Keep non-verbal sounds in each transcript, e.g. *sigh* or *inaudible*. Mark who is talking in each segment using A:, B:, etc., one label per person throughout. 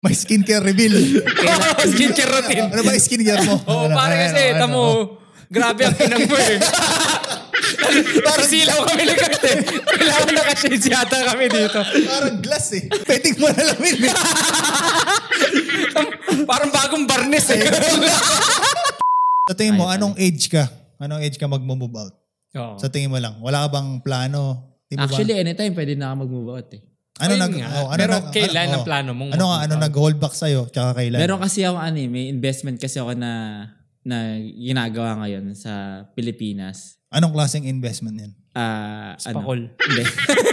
A: May skincare reveal.
B: *laughs* Skincare routine.
A: Ano ba yung skincare mo?
B: Oo,
A: Ano,
B: pare
A: ano,
B: kasi,
A: ano,
B: tamo, grabe ang pinang mo *laughs* eh. Parang silaw kami lagat eh. Kailangan nakashades yata kami dito.
A: Parang glass eh. Pwedeng mo na lamin eh.
B: Parang bagong barnes eh.
A: Sa tingin mo, anong age ka? Anong age ka mag-move out?
B: *laughs* Oo.
A: Sa tingin mo lang, wala ka bang plano? Di mo ba-
C: Actually, anytime pwede na ako mag-move out eh.
A: ano
B: Ayun
A: nag,
B: nga.
A: oh, ano
B: Pero
A: nag-
B: kailan
A: ano-
B: ang plano mong
A: Ano nga,
B: mag-move
A: ano
B: out?
A: nag-hold back sa'yo? Tsaka kailan?
C: Meron kasi ako ano eh, may investment kasi ako na na ginagawa ngayon sa Pilipinas.
A: Anong klaseng investment yan?
C: Ah, ano?
B: Spakol.
C: Hindi.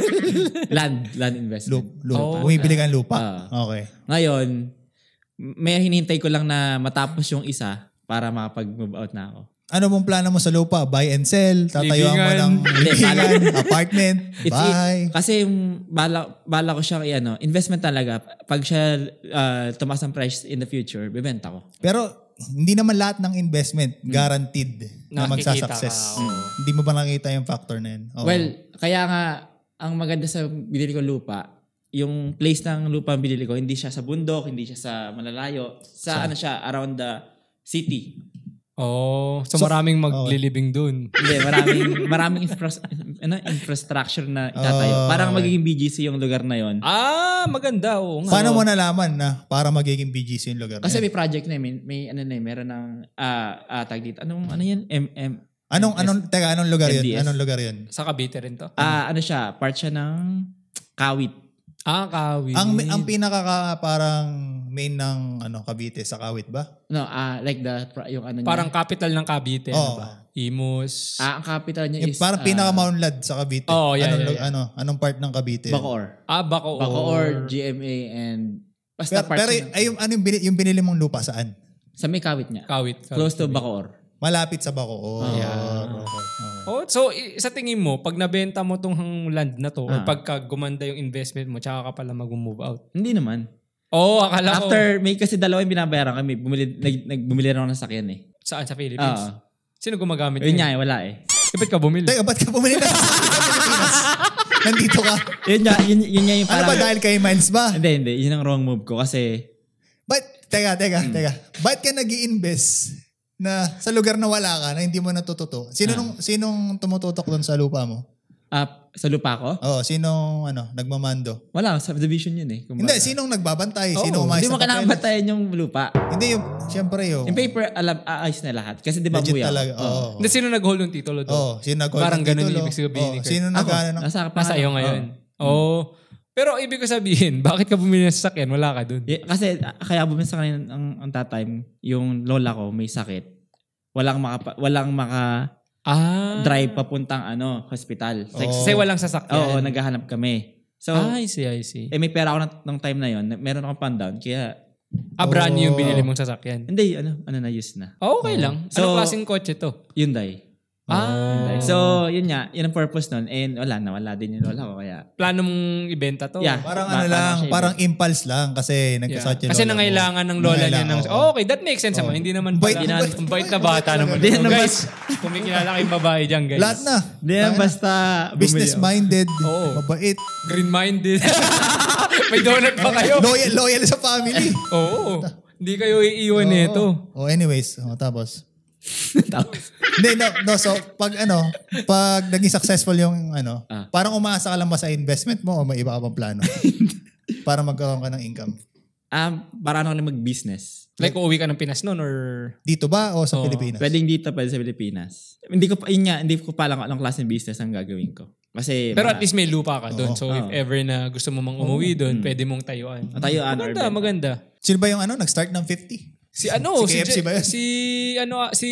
C: *laughs* land, land investment.
A: Lup, lupa.
B: Oh,
A: Bumibili ka ng lupa?
C: Ah.
A: okay.
C: Ngayon, may hinintay ko lang na matapos yung isa para makapag-move out na ako.
A: Ano mong plano mo sa lupa? Buy and sell? Tatayuan mo
B: Libingan.
A: ng
C: Hindi, pala.
A: libingan, apartment?
C: It's- e-
A: Bye.
C: Kasi yung bala, bala ko siyang ano, investment talaga. Pag siya ah, tumaas ang price in the future, bibenta ko.
A: Pero hindi naman lahat ng investment guaranteed na
B: Nakikita
A: magsasucess.
B: ka, oo.
A: Hindi mo ba nakita yung factor na yun? Oo.
C: Well, kaya nga, ang maganda sa binili ko lupa, yung place ng lupa ang binili ko, hindi siya sa bundok, hindi siya sa malalayo. Sa ano siya, around the city.
B: Oo. Oh, So, maraming maglilibing dun.
C: Hindi, maraming, maraming infras- *laughs* ano, infrastructure na itatayo.
A: Ah.
C: Parang magiging BGC yung lugar na yon.
B: Ah, maganda. Oo nga.
A: Paano mo nalaman na para magiging BGC yung lugar? na
C: Kasi
A: yun?
C: may project na eh, may, may ano na eh, meron ng ah ah, tag dito. Anong ano yan? MM
A: anong anong teka anong lugar yun?
C: MDS.
A: Anong lugar yun?
B: Sa Cavite rin to.
C: ah ano siya, part siya ng Kawit.
B: Ah, Kawi.
A: Ang ang pinaka ka- parang main ng ano Cavite sa Kawit ba?
C: No, ah like the pro- yung ano niya.
B: Parang capital ng Cavite. Ano
A: Oo.
B: ba? Imus.
C: ah ang capital niya
A: Yung
C: is
A: parang pinaka Maunlad sa Cavite.
B: Oo, yeah,
A: anong,
B: yeah,
A: lu-
B: yeah.
A: ano anong part ng Cavite? yun?
C: Bacoor.
B: Ah, Bacoor.
C: Bacoor, GMA and basta
A: Pero,
C: part
A: pero
C: siya ng-
A: ay, yung, ano yung, binili, yung binili mong lupa saan?
C: sa may Kawit niya.
B: Kawit. Kawit.
C: Close to Bacoor.
A: Malapit sa Bacoor.
C: Oh,
A: Okay.
C: yeah.
A: okay.
B: Oh, so i- sa tingin mo, pag nabenta mo tong hang- land na to, or
C: Ah.
B: pagka gumanda yung investment mo, tsaka ka pala mag-move out.
C: Hindi naman.
B: Oh, akala ko.
C: After may kasi dalawa yung binabayaran kami, bumili nag, nagbumili rin ako ng sakyan eh.
B: Saan? Sa Philippines?
C: Ah,
B: Sino gumagamit
C: yun nga
B: niya?
C: eh, wala eh.
B: Eh, ba't ka bumili?
A: Teka, ba't ka bumili na sa
B: *laughs*
A: Pilipinas? Nandito ka.
C: Yun nga, yun, yun nga yung
A: Ano
C: parang
A: ba dahil kay Miles ba?
B: Hmm.
C: Hindi, hindi. Yun ang wrong move ko kasi
A: But, teka, teka,
B: Hmm.
A: teka. Ba't ka nag invest na sa lugar na wala ka na hindi mo natututo? Sino
B: Ah.
A: nung, sinong tumututok doon sa lupa mo?
C: ah, sa lupa ko,
A: Oo, sinong ano, nagmamando?
C: wala, subdivision yun eh.
A: Hindi,
C: Kumbaga.
A: sinong nagbabantay?
B: Oo,
A: sino umayos
C: Hindi mo
A: ng
C: kailangan
A: papel?
C: batayan yung lupa.
A: Hindi, yung, siyempre yung
C: Yung paper, alam, aayos na lahat. Kasi di ba
A: legit
C: buya?
A: talaga. Oo.
C: Oo.
B: Na sino nag-hold ng
A: Oo,
B: titulo doon?
A: sino nag
B: Ah. Parang ganun yung ibig sabihin ni Ah, Kurt.
A: Sino nag
C: Ako,
A: ano, ng-
C: nasa,
B: Nasa iyo ngayon. Oh. Pero ibig ko sabihin, *laughs* bakit ka bumili ng sasakyan? Wala ka doon.
C: Yeah, kasi ah, kaya bumili sa kanina ang, ang tatime, yung lola ko may sakit. Walang maka, walang maka
B: Ah.
C: drive papuntang ano, hospital.
A: Oo.
B: Kasi walang sasakyan.
C: Oo, naghahanap kami. So,
B: ah, I see, I see.
C: eh may pera ako ng, ng time na yon. Meron akong pan down kaya
B: Ah, brand new
A: Oh.
B: yung binili mong sasakyan.
C: hindi ano ano na use na.
B: Ah, okay lang. Anong
C: So-
B: klaseng kotse to?
C: Hyundai.
B: Ah.
C: So, yun nga, yun ang purpose nun. And wala na, wala din yung lola ko kaya.
B: plano mong ibenta to?
C: Yeah.
A: Parang ano
C: Ba- paano
A: lang,
C: siya
A: parang impulse lang kasi nagkasakit yung
B: eh. Kasi
A: lola mo.
B: nangailangan ng lola niya ng...
A: Nangailangan, oo.
B: Oh, okay, that makes sense naman. Hindi naman
A: Bait-
B: pala.
A: bait-
B: Ang bait na bata
A: bait-
B: naman.
A: bait-
B: Ito, guys, kung may kilala kayong babae dyan, guys.
A: Lahat na.
C: Hindi, basta bumili ako.
A: Business-minded,
B: Oo.
A: mabait,
B: Green-minded. *laughs* may donut pa Ah,
A: *laughs*
B: kayo.
A: loyal, loyal sa
B: *laughs*
A: family.
B: Oo. Hindi kayo iiwan nito.
A: Oh, anyways, oh, tapos.
C: *laughs* Tapos,
A: Hindi, no, no, so pag ano, pag naging successful yung ano,
C: Ah.
A: parang umaasa ka lang ba sa investment mo o may iba ka pang
C: *laughs*
A: plano? para magkaroon ka ng income.
C: um, para ano lang mag-business.
B: Like, uuwi ka ng Pinas noon or...
A: Dito ba o sa
B: Oo.
A: Pilipinas?
C: Pwedeng dito, pwede sa Pilipinas. Hindi ko pa, yun nga, hindi ko pa alam kung anong klase ng business ang gagawin ko. Kasi,
B: Pero at least may lupa ka
A: Oo. Mm.
B: doon. So,
C: Oo.
B: if ever na gusto mo mang umuwi doon, pwede mong tayuan.
C: Tayuan or
B: Maganda,
C: benta.
B: maganda.
A: Sino ba yung ano, nag-start ng 50?
B: Si ano?
A: Si KFC
B: Je-
A: ba yun?
B: Si ano? ah, Si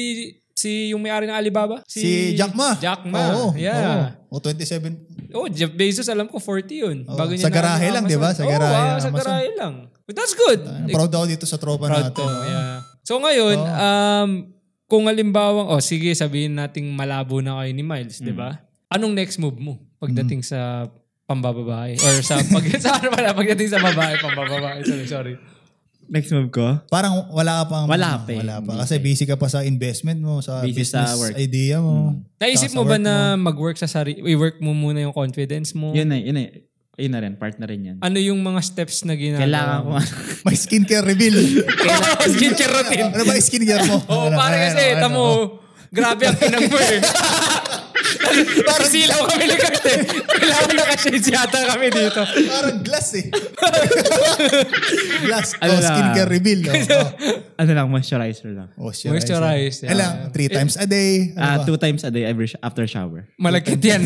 B: si yung may-ari ng Alibaba?
A: Si, Jack Ma.
B: Jack Ma.
A: Oo,
B: yeah.
A: oo. O 27,
B: Oh, Jeff Bezos alam ko 40 yun.
A: Oo.
B: Bago niya
A: Sa garahe
B: na-
A: lang, di ba? Sa
B: Oo,
A: garahe
B: ah,
A: ng
B: sa
A: Amazon.
B: garahe lang. But that's good.
A: Ano, proud ako dito sa tropa natin.
B: Proud to.
A: oh.
B: Yeah. So ngayon,
A: Oo.
B: um, kung halimbawa, oh sige, sabihin nating malabo na kayo ni Miles, di ba? Anong next move mo pagdating sa pambababae? Or sa, pag, *laughs* sa ano pala, pagdating sa babae, pambababae. Sorry, sorry.
C: next move ko?
A: Parang wala ka pang...
C: Wala pa eh.
A: Wala pa.
C: Hindi
A: Kasi busy ka pa sa investment mo, sa
C: Busy sa
A: business
C: work. Mm.
A: idea mo.
B: Naisip
A: Tsaka sa
B: mo ba
A: work
B: na mag-work sa sarili, i-work mo muna yung confidence mo?
C: Yun na, yun na. Yun na rin, part na rin yan.
B: Ano yung mga steps na ginagawa?
C: Kailangan ko.
A: May skincare reveal.
B: *laughs* Kailangan skincare *laughs* routine.
A: ano ba yung skincare mo?
B: Oo,
A: Ano,
B: pare
A: ano,
B: kasi,
A: ano,
B: tamo, grabe ang pinang mo *laughs* eh. *laughs* Parang silaw kami eh. ng karte. Kailangan nakashades yata kami dito.
A: ano. Parang glass
B: *laughs*
A: eh. glass.
C: Ano
A: oh,
C: na?
A: skincare reveal. Oh, oh.
C: ano lang, moisturizer lang.
A: Moisturizer.
B: *laughs* Moisturize, yeah.
A: Alam, three times a day. Ano
C: Ah,
A: ba?
C: two times a day every sh- after shower.
B: Malagkit yan.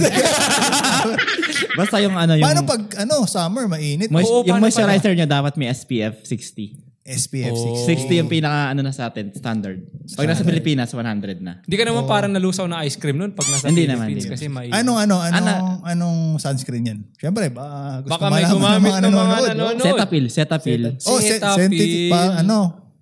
B: *laughs*
C: Basta yung ano yung
A: Paano pag, ano, summer, mainit?
C: mois-
B: Oo,
C: yung
B: paano
C: moisturizer niya dapat may SPF 60.
A: SPF
B: Oh.
C: 60 yung pinaka ano na sa atin, standard. Pag nasa Pilipinas, 100 na.
B: Hindi ka naman parang nalusaw na ice cream nun pag nasa
C: Hindi naman,
B: Philippines
C: hindi
B: kasi may...
A: 60. Anong, ano, anong,
C: Ana-
A: anong sunscreen yan? Siyempre, ba, gusto
B: Baka
A: malaman
B: may
A: ng
B: gumamit ng mga
A: nanonood, no?
B: nanonood.
C: Cetaphil, Cetaphil.
A: ano. Oh, se-
B: Ano? Cetaphil. Oh.
A: sensitive pa, ano,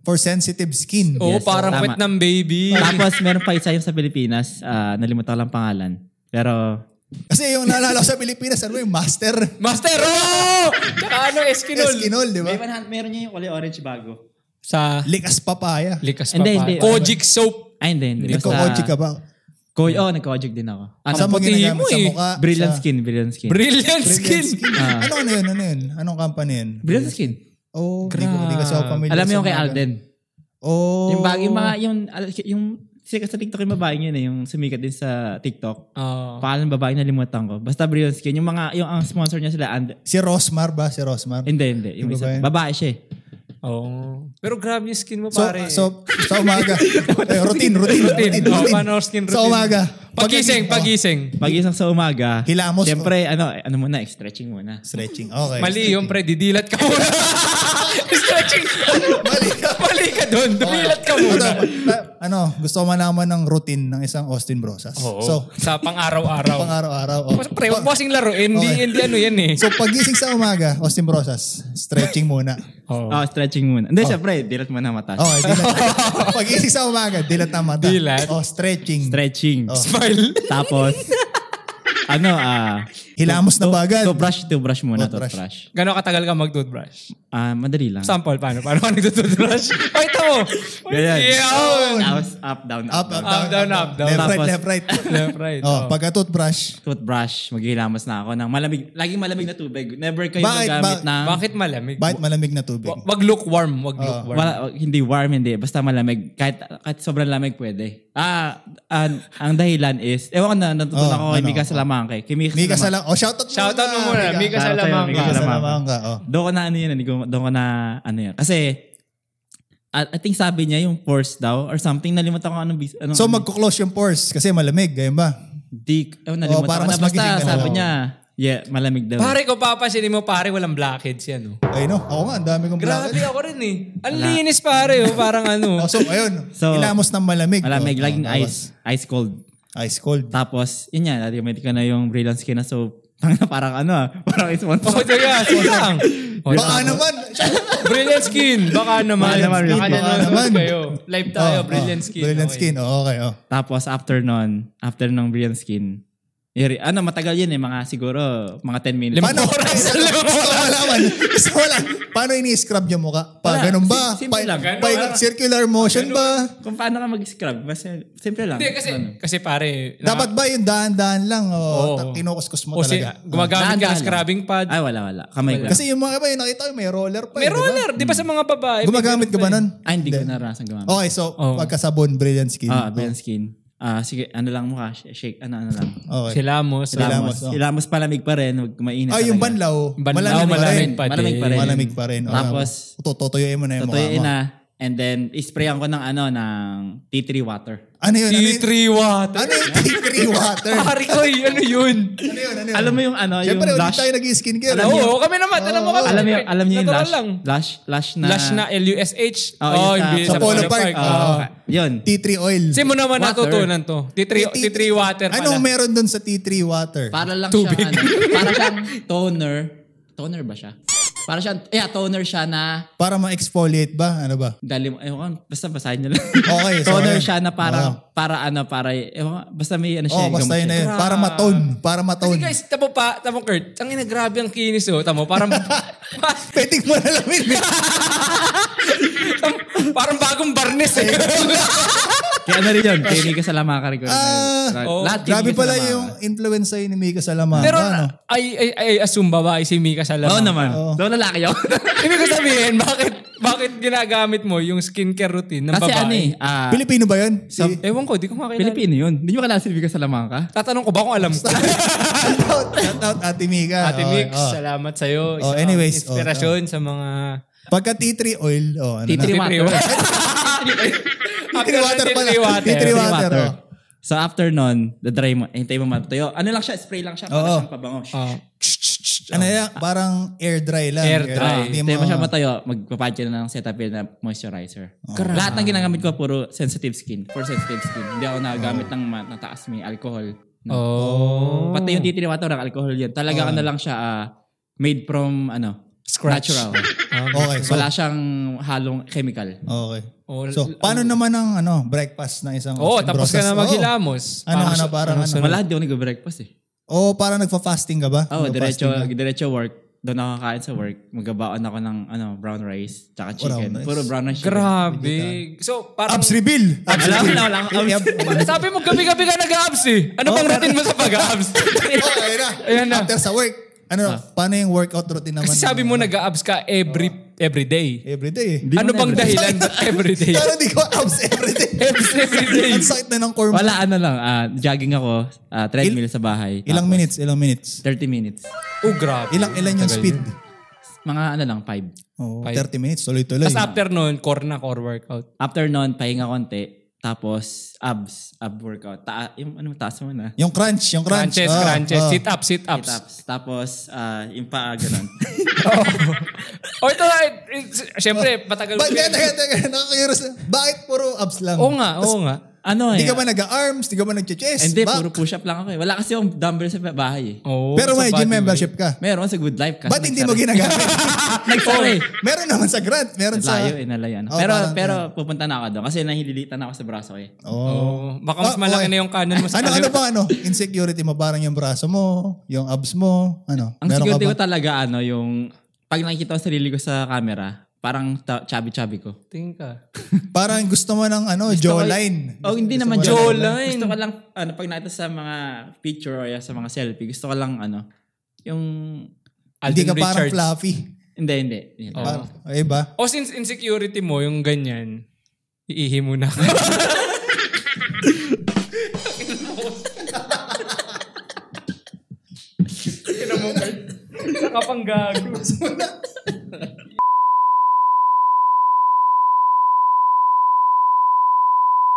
A: for sensitive skin.
B: Oo,
C: Yes,
B: parang
C: tama.
B: wet ng baby.
C: Tapos meron pa isa yung sa Pilipinas, ah, nalimutan ko lang pangalan. Pero
A: Kasi yung naalala ko sa Pilipinas, ano ba yung master?
B: Master, oh! Tsaka ano, Eskinol.
A: Eskinol, di ba?
C: May manhunt, meron niya yung kulay orange bago.
B: Sa
A: Likas papaya.
B: likas pa
C: Hindi, hindi.
B: pa. Kojic soap.
C: Ay, hindi, hindi.
A: Nagko-oji ka ba?
C: Koy, oh, nagko-ojig din ako. Ano?
A: Saan mo
B: puti
A: ginagamit?
B: mo
A: Sa
B: eh.
A: mukha?
C: brilliant
A: sa-
C: skin, brilliant skin.
B: Brilliant skin.
A: *laughs*
B: Ah.
A: Brilliant skin. Ano, ano yun? Ano yun? Anong company yun?
C: brilliant skin.
A: Oh, hindi ko hindi kasi ako familiar.
C: Alam mo
A: sa
C: yung kay
A: mga-
C: Alden.
A: Oh.
C: Yung bag, yung mga, yung, ah, yung, sikat sa TikTok yung babae yun eh, yung sumikat din sa TikTok.
B: Oh.
C: Pangalan ng babae na limutan ko. Basta brilliant skin. Yung mga, yung ang sponsor niya sila, and,
A: Si Rosmar ba? Si Rosmar?
C: hindi, hindi. Yung
A: Yung
C: isa,
A: babae?
C: babae siya eh.
B: Oh. Pero grabe yung skin mo,
A: So,
B: pare.
A: so, sa umaga.
B: *laughs*
A: eh, routine, routine, routine,
B: Routine. Oh, paano skin
A: Sa
B: routine?
A: umaga.
B: Pagising, pagising.
C: Pag isang sa umaga,
A: Hilamos. oh.
C: Siyempre, ano, ano muna, eh, stretching muna.
A: Stretching. Okay.
B: Mali yung pre, didilat ka muna. *laughs* Stretching.
A: Mali ka.
B: Mali ka doon. Didilat ka muna.
A: Ano, pa- ano, gusto ko malaman ng routine ng isang Austin Brosas. So,
B: sa pang-araw-araw.
A: pang-araw-araw. oh.
B: Mas- Pre, huwag mo kasing laro. Hindi,
A: Okay.
B: hindi ano yan eh.
A: So, pagising sa umaga, Austin Brosas, stretching muna.
B: Oh.
C: Oh, stretching muna. Hindi, syempre, dilat mo na mata.
A: Okay, dilat. *laughs* pagising sa umaga, dilat ang mata.
B: Dilat.
A: Oh, stretching.
C: Stretching.
B: Smile.
C: Oh. *laughs* Tapos, ano, ah...
A: Hilamos na bagad.
C: to brush, to brush muna, to
A: Toothbrush.
C: brush.
B: Gano'ng katagal ka mag-toothbrush?
C: Ah, madali lang.
B: Sample, paano? Paano
A: *laughs*
B: ka nag-toothbrush? Ay, ito mo.
C: Ganyan.
A: Oh.
B: Yun.
C: Tapos, up, down,
A: Up, up,
C: up. down.
A: down,
B: Up, down, up, down.
A: Left, right,
C: Tapos-
A: left, right.
B: *laughs* Left, right.
A: oh,
B: oh.
A: pagka toothbrush,
C: Toothbrush, maghihilamos na ako ng malamig. Laging malamig na tubig. Never kayo
A: Bakit?
C: magamit
A: Ba-
C: ng...
B: Bakit malamig?
A: bakit malamig na tubig?
B: Wa- Wag lukewarm. Wag
A: Oh.
B: lukewarm.
C: Wala, hindi warm, hindi. Basta malamig. Kahit, kahit sobrang lamig pwede. Ah, an- ang dahilan is, ewan ko na, natutunan
A: Oh,
C: ko kay
A: ano?
C: Mika Salamangke. Kay Mika,
A: Mika
C: Salamangke.
A: Salam. Oh, shoutout mo
B: Shoutout mo muna.
C: Shoutout
B: Mika
C: sa'yo,
B: Salamangka.
C: Mika
A: Mika
C: Salamangka.
A: Salamangka. Oh.
C: Doon ko na ano yun, hindi ko- doon ko na ano yun. Kasi, I, I think sabi niya yung force daw or something. Nalimutan ko anong... bis- anong
A: So, magkuklose yung pores kasi malamig. Ganyan ba?
C: Di, eh, nalimutan
A: Oh, para
C: ko
A: mas
C: na. Basta
A: magising ka na.
C: sabi
A: Oo.
C: niya, yeah, malamig daw.
B: Pare, kung papansinin mo, pare, walang blackheads yan. Oh.
A: Ay, no. Ako nga, ang dami kong
B: Grabe
A: bracket.
B: ako rin eh. Ang linis pare, oh. parang ano.
A: *laughs* Oh, so, ayun.
C: So,
A: hilamos ng malamig.
C: malamig,
A: Oh,
C: laging
A: oh,
C: ice, ice cold.
A: Ice cold.
C: Tapos, yun yan, nalimutan ko na yung brilliant skin na soap. *laughs* Tangina, parang ano ah, parang it's one
B: *laughs* Oh, taga, lang. Oh,
A: Baka naman.
B: Brilliant skin. Baka
C: Baka
B: naman.
C: naman,
B: Baka
C: brilliant.
A: Baka
B: naman.
A: naman.
B: kayo. Live tayo,
A: Oh,
B: brilliant
A: oh,
B: skin.
A: Brilliant
B: Okay.
A: skin. Oh, okay. Oh.
C: Tapos after nun, after ng brilliant skin, yari, ano, matagal yun eh, mga siguro, mga 10 minutes.
B: Lima-
A: Paano? *laughs*
B: Oras
A: Gusto
B: lang.
A: ko malaman. Gusto ko lang. Paano ini-scrub yung mukha? Pa,
C: Wala.
A: ganun ba?
C: Sim- simple
A: Pa,
C: lang.
A: pa- circular motion ba?
C: Kung paano ka mag-scrub, basta, simple lang.
B: Hindi, kasi,
C: Ano.
B: kasi pare, na-
A: Dapat ba yung daan-daan lang
B: Oo.
A: o ta- kinukuskus mo
B: o si,
A: talaga? Oh.
B: gumagamit ka
C: Dahan-dahan
B: ng
C: lang.
B: scrubbing pad.
C: Ay, wala, wala. Kamay ko. lang.
A: Kasi yung mga iba yung nakita ko, may roller pa.
B: May
A: eh, di ba?
B: roller, di ba sa mga babae? may
A: Gumagamit ka ba
B: ganun pa eh.
A: nun?
C: Ay, hindi ko naranasan gumamit.
A: Okay, so
B: Oo.
A: pagkasabon, brilliant skin.
C: Ah, brilliant skin. Ah, sige, ano lang mukha, sh- shake, ano, ano lang.
A: Okay.
B: Sila mo sa
A: Sila-
C: Ilamos.
A: oh.
C: Ilamos palamig pa rin, huwag mainit.
A: Ah, yung
C: talaga.
A: banlaw.
B: Banlaw,
A: malamig,
B: malamig
A: pa
B: pa
A: rin.
B: Malamig
C: Malamig pa rin.
A: Malamig pa rin. Okay.
C: Tapos,
A: Tututuyuin mo na yung mukha
C: totoo
A: mo.
C: na. And then, isprayan ko ng ano, ng tea tree water.
A: Ano yun? Ano
B: T3
A: yun?
B: water.
A: Ano yung tea tree water?
B: Pare ko, eh, ano yun?
A: Ano yun? Ano yun?
C: Alam mo yung ano,
A: Siyempre,
C: yung
A: hindi
C: blush.
A: tayo eh. nag-skincare.
B: Oo, oo, kami naman. Alam mo kami.
C: alam niyo, alam niyo yung
B: Natural
C: lash,
B: lang.
C: lash, lash na.
B: Lash na L-U-S-H.
C: Oh,
B: Oh,
C: yun sa-
B: hindi.
C: sa
A: Polo Park.
B: Oo.
C: Oh, yun.
A: Tea tree oil.
B: Kasi mo naman
C: Water.
B: natutunan to. T3,
A: Tea-
B: T3 water pala.
A: Anong meron dun sa tea tree water?
C: Para lang
B: Tubig.
C: siyang ano,
A: *laughs*
C: para siyang toner. Toner ba siya? Para siyang, yeah, toner siya na
A: Para ma-exfoliate ba? Ano ba?
C: dali mo, ewan, ko, basta basahin niyo lang.
A: Okay, so ayun.
C: toner siya
A: Oo.
C: na parang, para ano, para, ewan, ko, basta may ano siya.
A: Oh, basta
C: gamot
A: yun na
C: siya.
A: yun. Para matone. Para
B: Kasi
A: matone.
B: guys, tamo pa, tamo Kurt, ang ina, grabe ang kinis oh. Tamo, parang, *laughs*
A: Pwedeng mo na lamin.
C: *laughs*
B: parang bagong barnes eh.
C: Kaya ano rin *laughs* yun, kay Mika Salamaka rin ko.
A: Ah,
B: oh,
C: lahat
A: *laughs*
C: kay
A: Grabe
C: Mika
A: pala
C: Salamaka.
A: yung influence sa'yo ni Mika Salamanca.
B: Pero
A: ano?
B: ay, ay, ay, assume babae si Mika Salamang.
C: Oo naman.
A: Oo.
C: Daw lalaki *laughs* yun.
B: Ibig ko sabihin, bakit, *laughs* bakit ginagamit mo yung skincare routine ng
C: Kasi
B: babae?
C: ano eh, ah,
A: Pilipino ba yun? Si, *laughs*
B: Ewan ko, di ko makilala.
C: Pilipino yun. Hindi mo kalala si Mika Salamangka?
B: Tatanong ko ba kung alam ko?
A: shout out, shout out Ate Mika.
B: Ate
A: Okay,
B: Mix,
A: oh.
B: salamat sa'yo.
A: Oh,
B: Isa
A: anyways,
B: kang Inspirasyon sa mga...
A: Pagka tea tree oil, oh, ano
C: Tea
A: na?
C: tree water.
A: *laughs* Tea tree water pala. Tea tree
C: Tea
A: water. oh.
C: So after nun, dadry mo, hintay mo matuyo. Ano lang siya, spray lang siya para
A: Oo.
C: siyang pabango.
B: Oh,
A: Ano yan? Parang air dry lang.
B: Air
C: Ah,
B: dry.
A: Hindi
C: hintay mo siya matuyo, magpapad ka na ng Cetaphil na moisturizer. Lahat ng ginagamit ko puro sensitive skin, for sensitive skin. Hindi ako nagamit ng ma- mataas may alcohol.
B: oh.
C: Pati yung titiri water, ng alcohol yun. Talaga ano lang siya, ah, made from ano,
B: Scratch.
C: natural.
A: Okay, so,
C: *laughs* Wala siyang halong chemical.
A: okay.
B: Oh,
A: So, paano naman ang ano, breakfast ng isang
B: Oo, tapos ka
A: process?
B: na
A: Oo.
B: maghilamos.
A: Ano,
B: Parang-
A: ano, parang ano.
C: Wala, di ako nag-breakfast eh.
A: Oo, parang nagfa-fasting ka ba?
C: Oo, oh,
A: Nagfa-fasting
C: diretso,
A: Ano, ka?
C: diretso work. Doon ako kakain sa work. Magbabaon ako ng ano, brown rice, tsaka chicken.
A: rice.
C: Puro brown rice chicken.
B: Grabe. So, parang...
A: Abs reveal! Abs
C: Alam
A: reveal.
C: wala lang.
A: Yep.
B: Sabi mo, gabi-gabi ka nag-abs eh. Ano bang routine mo sa
A: *laughs*
B: pag-abs?
A: *laughs* Oh, ayun na.
B: Ayan na. Ah.
A: After sa work, ano, paano yung workout routine naman?
B: *laughs* Kasi sabi mo, nag-abs ka every every day.
A: Every day eh.
C: Di mo na
B: Ano bang
C: everyday.
B: dahilan ba't every
A: *laughs*
B: day?
A: Pero di ko abs every day.
B: Abs every day.
A: Ang sakit na ng core mo.
C: Wala, ano lang. ah, jogging ako, ah, treadmill sa bahay.
A: Ilang
C: Tapos,
A: minutes, ilang minutes.
C: 30 minutes.
B: Oh, grabe.
A: Ilang ilan yung
B: Tagal
A: speed?
B: yun.
C: Mga ano lang, 5.
A: Oh,
B: Five.
A: 30 minutes, tuloy-tuloy.
B: Tapos after nun, core na core workout.
C: After nun, pahinga konti. Tapos, abs. Ab workout. Ta yung ano, taas mo na.
A: Yung crunch, yung crunch.
B: Crunches,
A: Ah,
B: crunches,
A: ah.
B: sit-ups, sit-ups.
C: Sit-ups. Tapos, ah, yung paa,
A: *laughs*
C: ganun.
B: O Oh, ito, it- it's- syempre, matagal
A: Ah. Ba-
B: ko
A: Teka,
B: yan.
A: teka, teka. Nakakairos. Bakit puro abs lang?
B: Oo nga, oo nga.
C: ano eh.
A: Di ka ba nag-arms? Di ka ba nag-chest?
C: Hindi, puro push-up lang ako eh. Wala kasi yung dumbbell sa bahay eh.
B: Oo,
A: Pero
B: sa
A: may gym
B: body weight.
A: membership ka.
C: Meron sa Good Life kasi.
A: Ba't hindi mo
B: *laughs*
A: ginagamit?
C: Nagsari.
A: meron naman sa grant. Meron sa...
C: Layo eh, nalayo na.
A: Oh,
C: pero,
A: parang-
C: pero pupunta na ako doon kasi nahililitan ako sa braso ko eh.
A: Oh.
B: Oo. Baka mas
A: Ah,
B: malaki
A: okay.
B: na yung kanan mo sa
A: Ano, ano
B: kaliwa.
A: ba ano? Insecurity mo? Parang yung braso mo, yung abs mo, ano?
C: Ang
A: meron
C: security
A: ka
C: ko
A: ba?
C: talaga ano yung pag nakikita ko sarili ko sa camera, parang ta- chubby-chubby ko.
B: Tingin ka.
A: Parang gusto mo ng ano, jawline.
C: Oh, hindi
A: mo
C: naman
A: ng-
B: jawline.
C: Gusto ko lang, ano, pag nakita sa mga picture or sa mga selfie, gusto ko lang, ano, yung,
A: Hindi
B: Alden
A: ka parang
B: Richards.
A: fluffy.
C: hindi, hindi. Yun.
B: Oh.
A: Parang, ay ba?
B: O since insecurity mo, yung ganyan, iihi mo na. Kina mo, Saka pang gago.